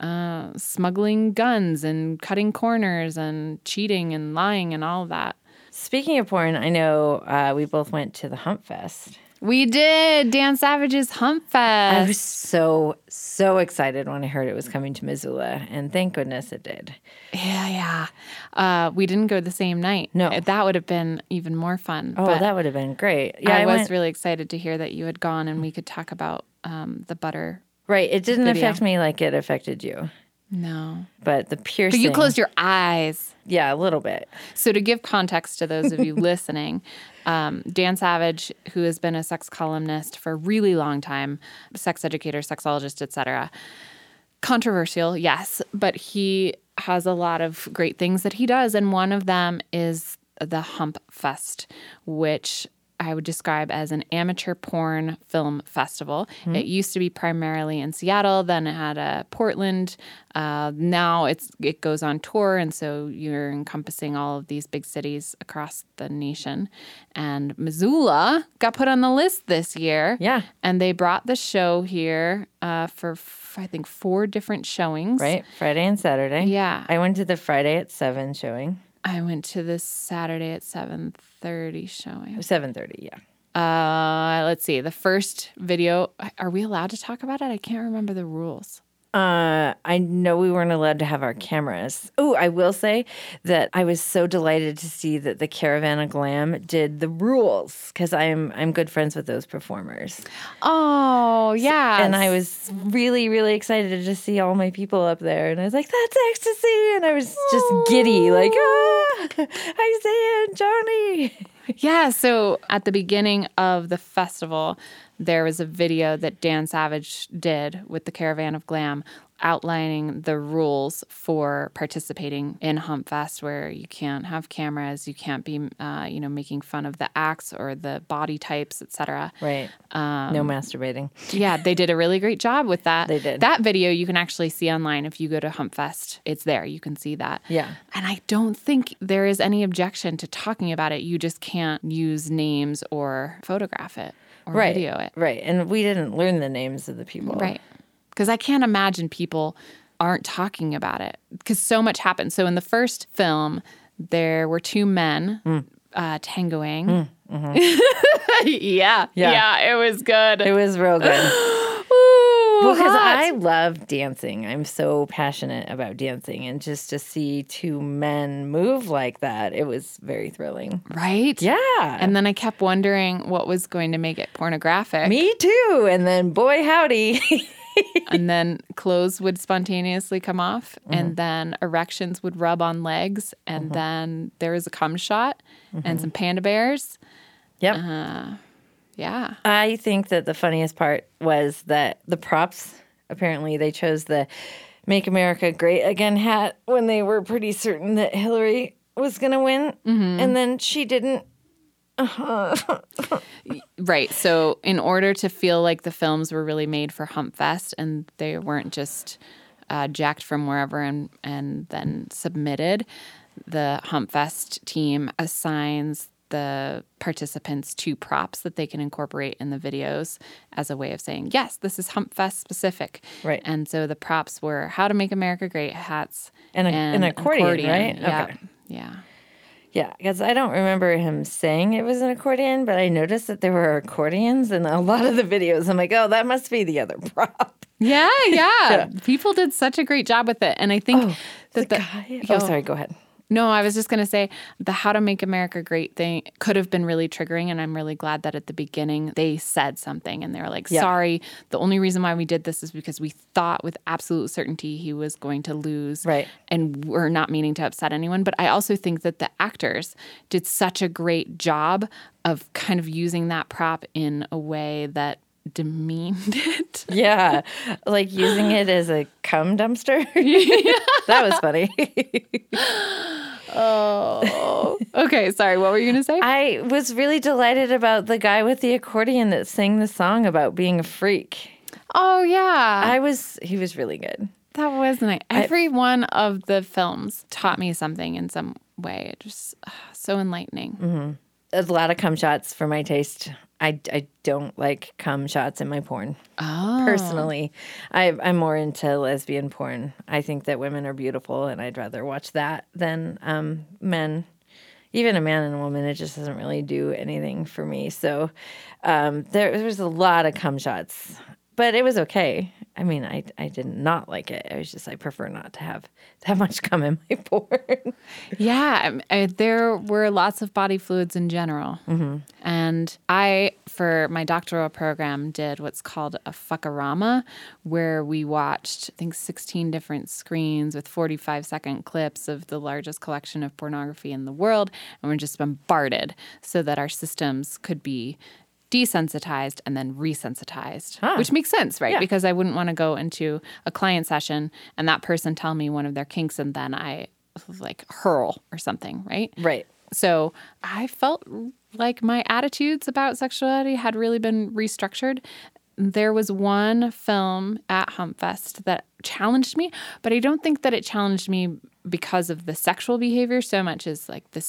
Speaker 2: uh, smuggling guns and cutting corners and cheating and lying and all that.
Speaker 3: Speaking of porn, I know uh, we both went to the Hump Fest.
Speaker 2: We did Dan Savage's Hump
Speaker 3: I
Speaker 2: Fest.
Speaker 3: was so, so excited when I heard it was coming to Missoula, and thank goodness it did.
Speaker 2: yeah, yeah. Uh, we didn't go the same night.
Speaker 3: No.
Speaker 2: Uh, that would have been even more fun.
Speaker 3: Oh,
Speaker 2: but
Speaker 3: that would have been great. Yeah,
Speaker 2: I, was
Speaker 3: went-
Speaker 2: really excited to hear that you had gone and we could talk about um, the butter.
Speaker 3: right. It didn't
Speaker 2: Video.
Speaker 3: affect me like it affected you,
Speaker 2: No,
Speaker 3: but the
Speaker 2: but
Speaker 3: piercing.
Speaker 2: you closed your eyes.
Speaker 3: Yeah, a little bit.
Speaker 2: So, to give context to those of you listening, um, Dan Savage, who has been a sex columnist for a really long time, sex educator, sexologist, etc., controversial, yes, but he has a lot of great things that he does, and one of them is the Hump Fest, which I would describe as an amateur porn film festival. It used to be primarily in Seattle, then it had a Portland. Uh, now it's it goes on tour, and so you're encompassing all of these big cities across the nation. And Missoula got put on the list this year.
Speaker 3: Yeah.
Speaker 2: and they brought the show here uh, for f- I think four different showings.
Speaker 3: Right, Friday and Saturday.
Speaker 2: Yeah.
Speaker 3: I went to the Friday at seven showing,
Speaker 2: I went to this Saturday at seven thirty showing.
Speaker 3: seven thirty. Yeah.
Speaker 2: Uh, let's see. The first video. Are we allowed to talk about it? I can't remember the rules.
Speaker 3: Uh, I know we weren't allowed to have our cameras. Oh, I will say that I was so delighted to see that the Caravan of Glam did the rules because I'm I'm good friends with those performers,
Speaker 2: Oh yeah.
Speaker 3: and I was really really excited to see all my people up there, and I was like, "That's ecstasy!" and I was just giddy, like, "Ah, Isaiah and Johnny."
Speaker 2: Yeah, so at the beginning of the festival, there was a video that Dan Savage did with the Caravan of Glam outlining the rules for participating in Hump Fest where you can't have cameras, you can't be uh, you know making fun of the acts or the body types, Um, etc.
Speaker 3: Right. no masturbating.
Speaker 2: Yeah, they did a really great job with that.
Speaker 3: They did.
Speaker 2: That video you can actually see online if you go to Humpfest. It's there. You can see that.
Speaker 3: Yeah.
Speaker 2: And I don't think there is any objection to talking about it. You just can't use names or photograph it or
Speaker 3: Right.
Speaker 2: video it.
Speaker 3: Right. And we didn't learn the names of the people.
Speaker 2: Right. Because I can't imagine people aren't talking about it because so much happened. So in the first film, there were two men
Speaker 3: Mm.
Speaker 2: uh, tangoing. yeah,
Speaker 3: mm-hmm. Yeah.
Speaker 2: yeah. it was good.
Speaker 3: It was real good.
Speaker 2: Ooh,
Speaker 3: because
Speaker 2: hot.
Speaker 3: I love dancing. I'm so passionate about dancing, and just to see two men move like that, it was very thrilling.
Speaker 2: Right?
Speaker 3: Yeah,
Speaker 2: And then I kept wondering what was going to make it pornographic.
Speaker 3: me too. And then, boy, howdy,
Speaker 2: And then clothes would spontaneously come off, and then erections would rub on legs, and then there was a cum shot and some panda bears.
Speaker 3: yep.
Speaker 2: Yeah.
Speaker 3: I think that the funniest part was that the props. Apparently, they chose the "Make America Great Again" hat when they were pretty certain that Hillary was going to win, and then she didn't.
Speaker 2: Right. So, in order to feel like the films were really made for Hump Fest and they weren't just uh, jacked from wherever and, and then submitted, the Hump Fest team assigns the participants two props that they can incorporate in the videos as a way of saying, yes, this is Hump Fest specific.
Speaker 3: Right.
Speaker 2: And so the props were How to Make America Great hats
Speaker 3: And a- an accordion, right?
Speaker 2: Yeah.
Speaker 3: Okay.
Speaker 2: Yeah.
Speaker 3: Yeah, because I don't remember him saying it was an accordion, but I noticed that there were accordions in a lot of the videos. I'm like, oh, that must be the other prop.
Speaker 2: Yeah, yeah. People did such a great job with it. And I think that the,
Speaker 3: Oh, Guy-
Speaker 2: Yo.
Speaker 3: Oh, sorry, go ahead.
Speaker 2: No, I was just going to say the how to make America great thing could have been really triggering. And I'm really glad that at the beginning they said something and they were like,
Speaker 3: Yeah.
Speaker 2: sorry, the only reason why we did this is because we thought with absolute certainty he was going to lose.
Speaker 3: Right.
Speaker 2: And we're not meaning to upset anyone. But I also think that the actors did such a great job of kind of using that prop in a way that demeaned it.
Speaker 3: Yeah, like using it as a cum dumpster. that was funny.
Speaker 2: okay, sorry. What were you going to say?
Speaker 3: I was really delighted about the guy with the accordion that sang the song about being a freak.
Speaker 2: oh, yeah.
Speaker 3: I was, he was really good.
Speaker 2: That was nice. Every one of the films taught me something in some way. It just ah, so enlightening.
Speaker 3: A lot of cum shots for my taste. I, I don't like cum shots in my porn.
Speaker 2: Oh,
Speaker 3: personally I, i'm more into lesbian porn i think that women are beautiful and i'd rather watch that than um, men even a man and a woman, it just doesn't really do anything for me. So um, there, there was a lot of cum shots, but it was okay. I mean, I, I did not like it. I was just, I prefer not to have that much cum in my porn.
Speaker 2: Yeah, um, uh, there were lots of body fluids in general. And I, for my doctoral program, did what's called a fuckorama, where we watched, I think, 16 different screens with 45 second clips of the largest collection of pornography in the world. And we're just bombarded so that our systems could be desensitized and then resensitized, which makes sense, right? Because I wouldn't want to go into a client session and that person tell me one of their kinks and then I like hurl or something, right?
Speaker 3: right.
Speaker 2: So I felt like my attitudes about sexuality had really been restructured. There was one film at Humpfest that challenged me, but I don't think that it challenged me because of the sexual behavior so much as like the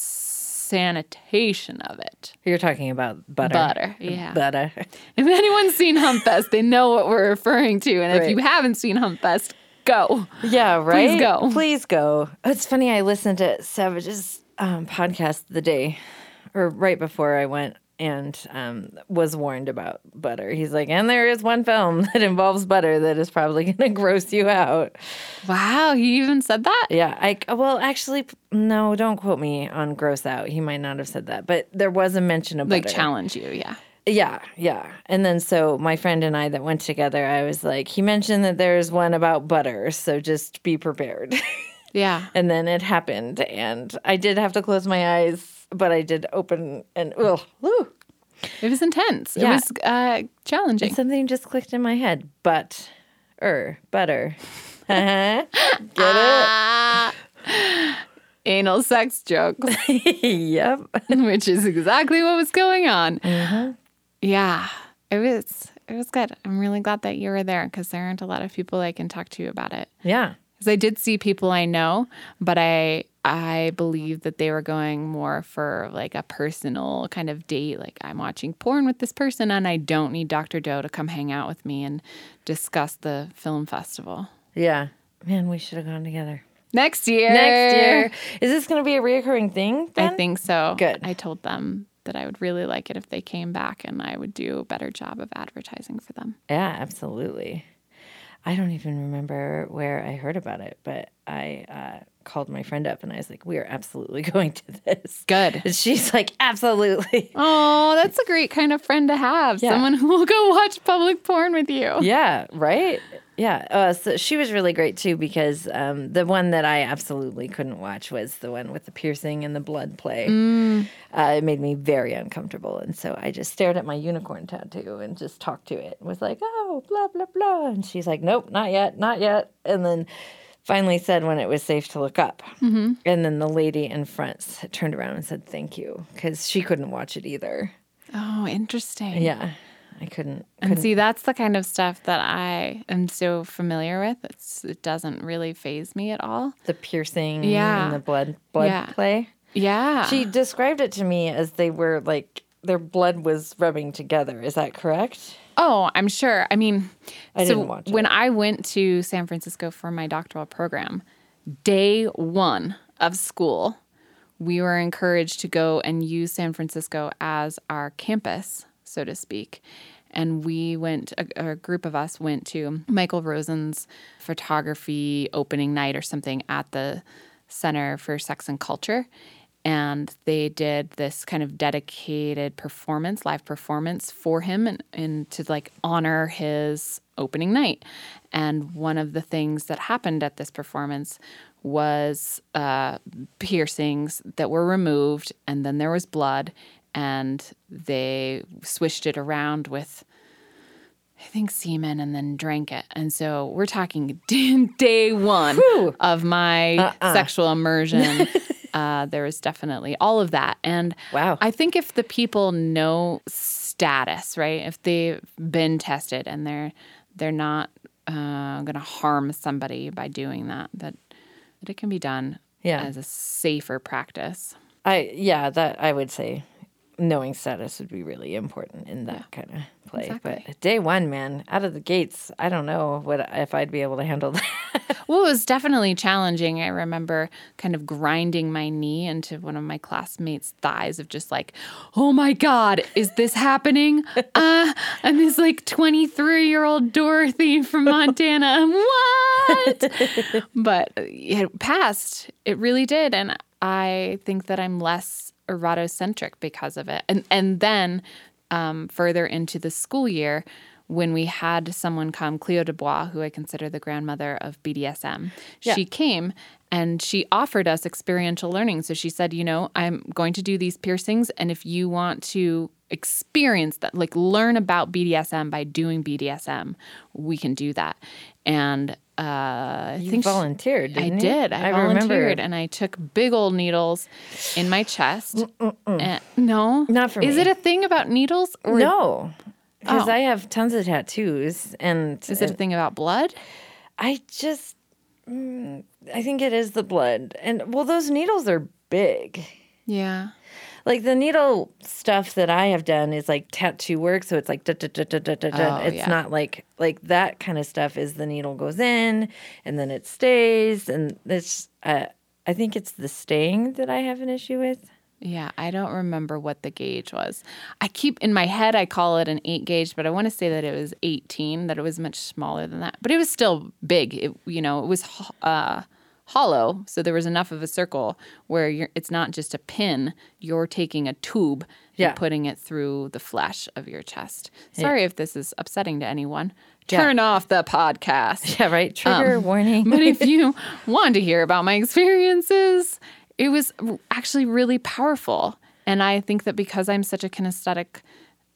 Speaker 2: sanitation of it.
Speaker 3: You're talking about butter.
Speaker 2: Butter, yeah.
Speaker 3: Butter.
Speaker 2: If anyone's seen Humpfest, they know what we're referring to. And if
Speaker 3: Right.
Speaker 2: you haven't seen Humpfest, go.
Speaker 3: Yeah, right.
Speaker 2: go.
Speaker 3: Please go. It's funny. I listened to Savage's um, podcast the day, or right before I went, and um, was warned about butter. He's like, and there is one film that involves butter that is probably going to gross you out.
Speaker 2: Wow, he even said that?
Speaker 3: Yeah. I well, actually, p- no. Don't quote me on gross out. He might not have said that, but there was a mention of
Speaker 2: Like
Speaker 3: butter.
Speaker 2: challenge you, yeah.
Speaker 3: Yeah, yeah. And then so my friend and I that went together, I was like, he mentioned that there's one about butter, so just be prepared.
Speaker 2: Yeah.
Speaker 3: and then it happened and i did have to close my eyes but i did open and oh whew,
Speaker 2: It was intense. It
Speaker 3: Yeah.
Speaker 2: was uh, challenging.
Speaker 3: something just clicked in my head but er butter uh-huh.
Speaker 2: Ah. Anal sex jokes,
Speaker 3: yep
Speaker 2: which is exactly what was going on.
Speaker 3: Uh-huh.
Speaker 2: Yeah. It was it was good. I'm really glad that you were there because there aren't a lot of people I can talk to about it.
Speaker 3: yeah
Speaker 2: Because I did see people I know, but I I believe that they were going more for like a personal kind of date. Like I'm watching porn with this person, and I don't need Dr. Doe to come hang out with me and discuss the film festival
Speaker 3: yeah Er. man we should have gone together
Speaker 2: next year.
Speaker 3: next year is this going to be a reoccurring thing
Speaker 2: I
Speaker 3: then?
Speaker 2: think so.
Speaker 3: Good.
Speaker 2: I told them that I would really like it if they came back, and I would do a better job of advertising for them.
Speaker 3: yeah absolutely i don't even remember where i heard about it but i uh, called my friend up and i was like we are absolutely going to this
Speaker 2: Good.
Speaker 3: and she's like absolutely
Speaker 2: Oh, that's a great kind of friend to have.
Speaker 3: Yeah.
Speaker 2: Someone who will go watch public porn with you.
Speaker 3: Yeah, right? Yeah. Uh, so she was really great too because um, the one that I absolutely couldn't watch was the one with the piercing and the blood play. Uh, it made me very uncomfortable. And so I just stared at my unicorn tattoo and just talked to it. Was like, oh, blah, blah, blah. And she's like, nope, not yet, not yet. And then finally said when it was safe to look up. And then the lady in front s- turned around and said, thank you because she couldn't watch it either.
Speaker 2: Oh, interesting.
Speaker 3: Yeah. I couldn't.
Speaker 2: And see, that's the kind of stuff that I am so familiar with. It's, it doesn't really phase me at all.
Speaker 3: the piercing
Speaker 2: Yeah.
Speaker 3: and the blood blood
Speaker 2: Yeah.
Speaker 3: play.
Speaker 2: Yeah.
Speaker 3: She described it to me as they were like their blood was rubbing together. Is that correct?
Speaker 2: oh, I'm sure. I mean,
Speaker 3: I
Speaker 2: so
Speaker 3: didn't watch it.
Speaker 2: when I went to San Francisco for my doctoral program, day one of school, we were encouraged to go and use San Francisco as our campus, so to speak. And we went, a, a group of us went to Michael Rosen's photography opening night or something at the Center for Sex and Culture. And they did this kind of dedicated performance, live performance for him and, and to like honor his opening night. And one of the things that happened at this performance was uh, piercings that were removed, and then there was blood, and they swished it around with, I think, semen, and then drank it. And so we're talking day one of my
Speaker 3: Uh-uh.
Speaker 2: sexual immersion. uh, there was definitely all of that, and
Speaker 3: Wow.
Speaker 2: I think if the people know status, right? If they've been tested and they're they're not uh, going to harm somebody by doing that, that that it can be done
Speaker 3: Yeah.
Speaker 2: as a safer practice.
Speaker 3: I yeah, that I would say knowing status would be really important in that kind of play.
Speaker 2: exactly.
Speaker 3: But day one, man, out of the gates, I don't know what if I'd be able to handle that.
Speaker 2: Well, it was definitely challenging. I remember kind of grinding my knee into one of my classmates' thighs of just like, oh my God, is this happening? Uh, I'm this like 23 year old Dorothy from Montana. What? but it passed. It really did. And I think that I'm less erotocentric because of it. And, and then um, further into the school year, when we had someone come, Cleo Dubois, who I consider the grandmother of BDSM, she came and she offered us experiential learning. So she said, you know, I'm going to do these piercings. And if you want to experience that, like learn about BDSM by doing BDSM, we can do that. And uh, I
Speaker 3: you
Speaker 2: think she-
Speaker 3: volunteered,
Speaker 2: I
Speaker 3: didn't you?
Speaker 2: did. I,
Speaker 3: remember.
Speaker 2: volunteered and I took big old needles in my chest. And- no,
Speaker 3: Not for
Speaker 2: Is
Speaker 3: me.
Speaker 2: it a thing about needles? Or
Speaker 3: No, because
Speaker 2: Oh.
Speaker 3: I have tons of tattoos, and,
Speaker 2: Is it a thing about blood?
Speaker 3: I just, mm, I think it is the blood, and well, those needles are big.
Speaker 2: Yeah.
Speaker 3: Like the needle stuff that I have done is like tattoo work, so it's like da da da da da da. da.
Speaker 2: Oh,
Speaker 3: It's
Speaker 2: yeah.
Speaker 3: not like like that kind of stuff. Is the needle goes in and then it stays, and it's. Uh, I think it's the staying that I have an issue with.
Speaker 2: Yeah, I don't remember what the gauge was. I keep in my head I call it an 8 gauge, but I want to say that it was 18, that it was much smaller than that. But it was still big. It you know, it was ho- uh hollow, so there was enough of a circle where you're it's not just a pin, you're taking a tube
Speaker 3: Yeah.
Speaker 2: and putting it through the flesh of your chest. Sorry if this is upsetting to anyone. Turn off the podcast.
Speaker 3: Yeah, right. Um, Trigger warning.
Speaker 2: Um, but if you want to hear about my experiences, it was actually really powerful. And I think that because I'm such a kinesthetic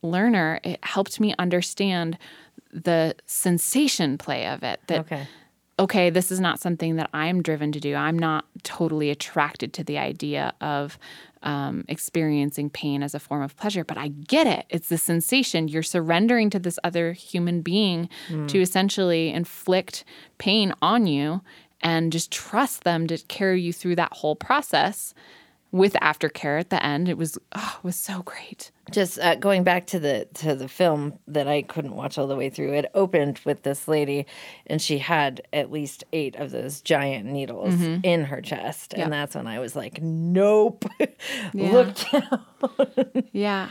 Speaker 2: learner, it helped me understand the sensation play of it. That
Speaker 3: Okay.
Speaker 2: okay, this is not something that I'm driven to do. I'm not totally attracted to the idea of um, experiencing pain as a form of pleasure, but I get it. It's the sensation. You're surrendering to this other human being to essentially inflict pain on you and just trust them to carry you through that whole process with aftercare at the end. It was, oh, it was so great.
Speaker 3: just uh, going back to the to the film that I couldn't watch all the way through. It opened with this lady, and she had at least eight of those giant needles in her chest, and that's when I was like, "Nope, look, down."
Speaker 2: Yeah.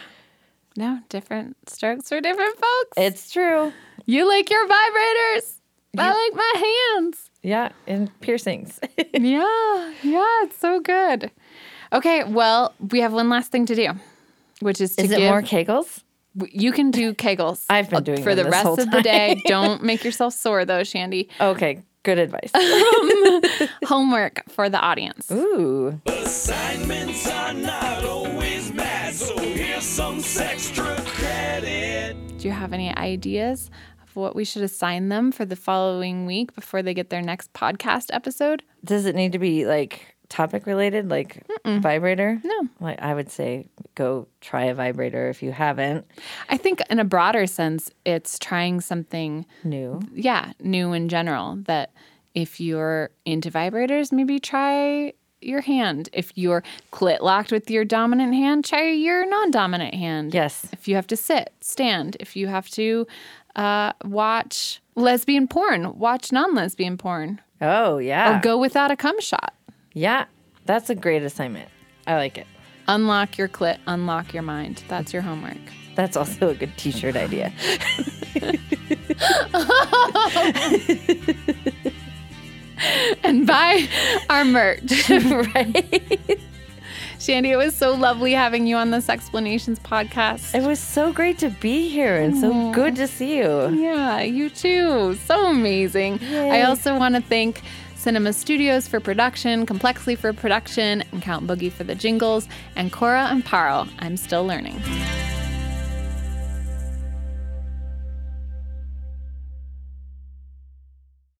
Speaker 2: No, different strokes for different folks.
Speaker 3: it's true."
Speaker 2: You like your vibrators. I like my hands.
Speaker 3: Yeah, and piercings.
Speaker 2: Yeah, yeah, it's so good. Okay, well, we have one last thing to do, which is to
Speaker 3: Is
Speaker 2: give.
Speaker 3: it more kegels?
Speaker 2: you can do Kegels. uh,
Speaker 3: I've been doing
Speaker 2: for the
Speaker 3: them this
Speaker 2: rest
Speaker 3: whole Oh.
Speaker 2: of the day. Don't make yourself sore though, Shandy.
Speaker 3: Okay, good advice.
Speaker 2: Homework for the audience.
Speaker 3: Ooh,
Speaker 1: Assignments are not always bad, so here's some extra credit.
Speaker 2: Do you have any ideas of what we should assign them for the following week before they get their next podcast episode?
Speaker 3: does it need to be like topic related, like vibrator?
Speaker 2: No.
Speaker 3: Like I would say, go try a vibrator if you haven't.
Speaker 2: I think in a broader sense, it's trying something
Speaker 3: New.
Speaker 2: yeah, new in general. That if you're into vibrators, maybe try your hand. If you're clit locked with your dominant hand, try your non dominant hand.
Speaker 3: Yes.
Speaker 2: If you have to sit, stand. If you have to uh, watch lesbian porn, watch non lesbian porn.
Speaker 3: Oh yeah.
Speaker 2: Or go without a cum shot.
Speaker 3: Yeah, that's a great assignment. I like it.
Speaker 2: Unlock your clit, unlock your mind. That's your homework.
Speaker 3: That's also a good t shirt idea.
Speaker 2: And buy our merch.
Speaker 3: right?
Speaker 2: Shandy, it was so lovely having you on this Explanations podcast.
Speaker 3: It was so great to be here and so good to see you.
Speaker 2: Oh, Yeah, you too. So amazing. I also want to thank Cinema Studios for production, Complexly for production, and Count Boogie for the jingles, and Cora and Paro. I'm still learning.